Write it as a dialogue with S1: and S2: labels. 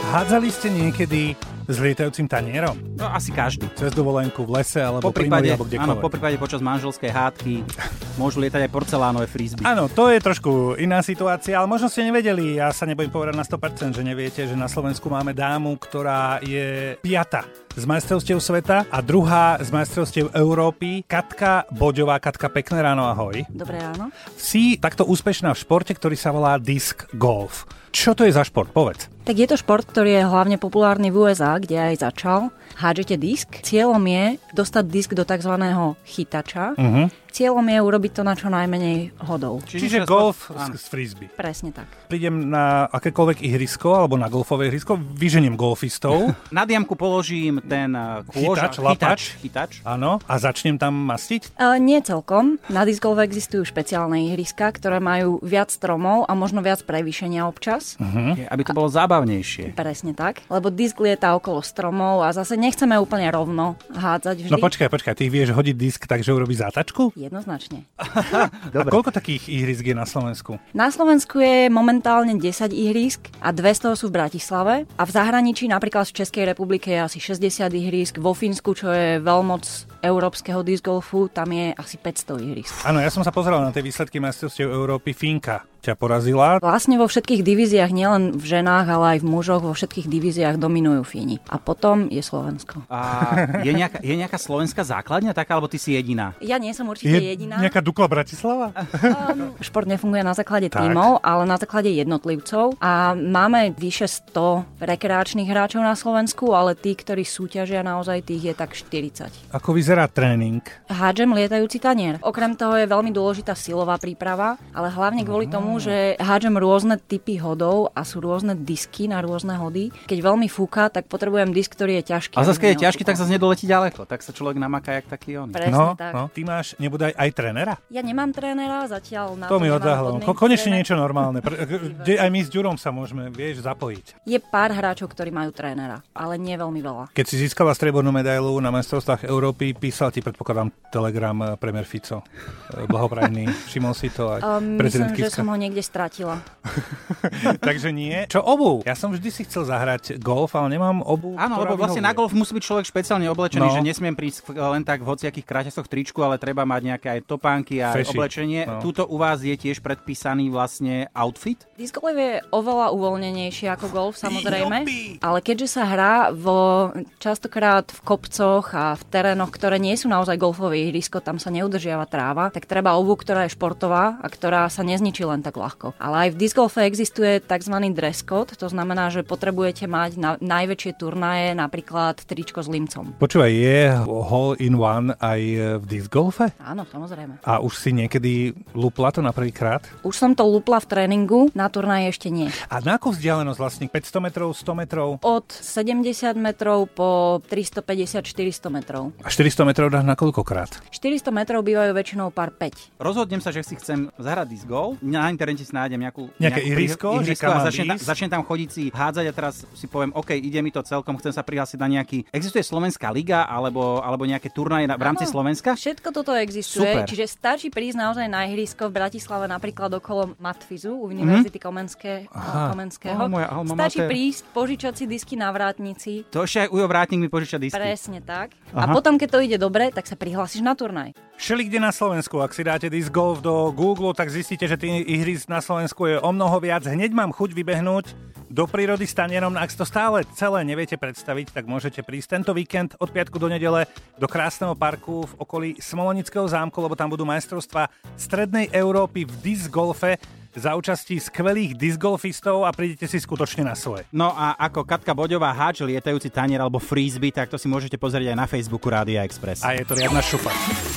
S1: Hádzali ste niekedy s lietajúcim tanierom?
S2: No asi každý.
S1: Cez dovolenku v lese alebo
S2: Po
S1: pri mori
S2: prípade,
S1: alebo
S2: áno,
S1: kdekoľvek?
S2: po prípade počas manželskej hádky môžu lietať aj porcelánové frisby.
S1: Áno, to je trošku iná situácia, ale možno ste nevedeli, ja sa nebojím povedať na 100%, že neviete, že na Slovensku máme dámu, ktorá je piata z majstrovstiev sveta a druhá z majstrovstiev Európy, Katka Boďová. Katka, pekné ráno, ahoj.
S3: Dobré ráno.
S1: Si takto úspešná v športe, ktorý sa volá disc golf. Čo to je za šport? Povedz.
S3: Tak je to šport, ktorý je hlavne populárny v USA, kde aj začal. Hádžete disk. Cieľom je dostať disk do tzv. chytača.
S1: Uh-huh.
S3: Cieľom je urobiť to na čo najmenej hodov.
S1: Čiže
S2: šesť-
S1: golf
S2: áno.
S1: s, s frisbee.
S3: Presne tak.
S1: Prídem na akékoľvek ihrisko alebo na golfové ihrisko, vyženiem golfistov,
S2: Na diamku položím ten eh, kôž,
S1: Chytač, lapač.
S2: chytač.
S1: áno, a začnem tam mastiť.
S3: E, nie celkom. Na diskove existujú špeciálne ihriska, ktoré majú viac stromov a možno viac prevýšenia občas.
S1: Mhm.
S2: Aby to bolo zábavnejšie.
S3: Presne tak. Lebo disk lieta okolo stromov a zase nechceme úplne rovno hádzať vždy.
S1: No počkaj, počkaj, ty vieš hodiť disk, takže urobí zátačku?
S3: Jednoznačne.
S1: A koľko takých ihrisk je na Slovensku?
S3: Na Slovensku je momentálne 10 ihrísk a 2 z toho sú v Bratislave. A v zahraničí, napríklad v Českej republike, je asi 60 ihrísk. Vo Fínsku, čo je veľmoc európskeho disc golfu, tam je asi 500 ihrísk.
S1: Áno, ja som sa pozeral na tie výsledky majstrovstiev Európy. Finka ťa porazila.
S3: Vlastne vo všetkých divíziách, nielen v ženách, ale aj v mužoch, vo všetkých divíziách dominujú Fíni. A potom je Slovensko.
S2: A je nejaká, je nejaká slovenská základňa taká, alebo ty si jediná?
S3: Ja nie som určite jediná.
S1: nejaká Dukla Bratislava?
S3: Ehm, Šport nefunguje na základe
S1: Tak.
S3: tímov, ale na základe jednotlivcov. A máme vyše 100 rekreačných hráčov na Slovensku, ale tí, ktorí súťažia naozaj, tých je tak 40.
S1: Ako vyzerá tréning?
S3: Hádžem lietajúci tanier. Okrem toho je veľmi dôležitá silová príprava, ale hlavne kvôli tomu, že hádžem rôzne typy hodov a sú rôzne disky na rôzne hody. Keď veľmi fúka, tak potrebujem disk, ktorý je ťažký.
S2: A zase, keď
S3: aby
S2: je ťažký, tak
S3: neodfúkol.
S2: zase nedoletí ďaleko. Tak sa človek namaká, jak taký on.
S1: no,
S3: Presne tak.
S1: no, ty máš, nebudaj aj trénera?
S3: Ja nemám trénera zatiaľ na
S1: To mi
S3: nemám
S1: odľahlo.
S3: podmienky
S1: Ko- konečne
S3: trénera.
S1: niečo normálne. Pre- Kde aj my s Ďurom sa môžeme, vieš, zapojiť.
S3: Je pár hráčov, ktorí majú trénera, ale nie veľmi veľa.
S1: Keď si získala striebornú medailu na majstrovstvách Európy, písal ti, predpokladám, telegram eh, premiér Fico. Eh, Blahoprajný, všimol si to aj
S3: Um,
S1: prezident
S3: myslím, že
S1: Kiska.
S3: som ho niekde stratila.
S1: Takže nie. Čo obu? Ja som vždy si chcel zahrať golf, ale nemám obu.
S2: Áno,
S1: ktorá
S2: lebo vlastne na
S1: vyhovuje.
S2: golf musí byť človek špeciálne oblečený,
S1: No.
S2: že nesmiem prísť v- len tak v hociakých kraťasoch tričku, ale treba mať nejaké aj topánky a
S1: Feši.
S2: oblečenie.
S1: No.
S2: Tuto u vás je tiež predpísaný vlastne outfit.
S3: Disc golf je oveľa uvoľnenejší ako golf, samozrejme, ale keďže sa hrá vo, častokrát v kopcoch a v terénoch, ktoré nie sú naozaj golfové ihrisko, tam sa neudržiava tráva, tak treba obu, ktorá je športová a ktorá sa nezničí len tak ľahko. Ale aj v disc golfe existuje tzv. dress code, to znamená, že potrebujete mať na najväčšie turnaje, napríklad tričko s limcom.
S1: Počúvaj, je hole in one aj eh, v disc golfe?
S3: Áno, samozrejme.
S1: A už si niekedy lupla to na prvý krát?
S3: Už som to lupla v tréningu, na turnaji ešte nie.
S1: A na akú vzdialenosť vlastne? 500 metrov, 100 metrov?
S3: Od 70 metrov po 350-400 metrov.
S1: A 400 metrov dáš na koľkokrát?
S3: 400 metrov bývajú väčšinou par 5.
S2: Rozhodnem sa, že si chcem zahrať disc golf. Na internete si nájdem nejakú,
S1: Nejaké
S2: nejakú
S1: ihrisko,
S2: prih-
S1: že
S2: ihrisko
S1: kam
S2: a
S1: mám
S2: začnem, ta,
S1: ísť?
S2: začnem tam chodiť si hádzať a teraz si poviem, OK, ide mi to celkom, chcem sa prihlásiť na nejaký... Existuje Slovenská liga alebo, alebo nejaké turnaje na, v rámci
S3: Áno.
S2: Slovenska?
S3: Všetko toto existuje,
S2: Super.
S3: čiže stačí prísť naozaj na ihrisko v Bratislave napríklad okolo Matfizu u Univerzity Komenské, eh,
S1: Aha.
S3: Komenského.
S2: Mhm. Ó, moja alma
S3: stačí
S2: mater.
S3: prísť, požičať si disky na vrátnici,
S2: To ešte aj Ujo Vrátnik mi požiča disky.
S3: Presne tak.
S2: Aha.
S3: A potom, keď to ide dobre, tak sa prihlásiš na turnaj.
S1: Všeli kde na Slovensku, ak si dáte disc golf do Google, tak zistíte, že tých ihrisk na Slovensku je o mnoho viac. Hneď mám chuť vybehnúť do prírody s tanierom. Ak si to stále celé neviete predstaviť, tak môžete prísť tento víkend od piatku do nedele do krásneho parku v okolí Smolonického zámku, lebo tam budú majstrovstva Strednej Európy v disc golfe za účasti skvelých disc golfistov a prídete si skutočne na svoje.
S2: No a ako Katka Boďová háč lietajúci tanier alebo frisbee, tak to si môžete pozrieť aj na Facebooku Rádia Express.
S1: A je to riadna šupa.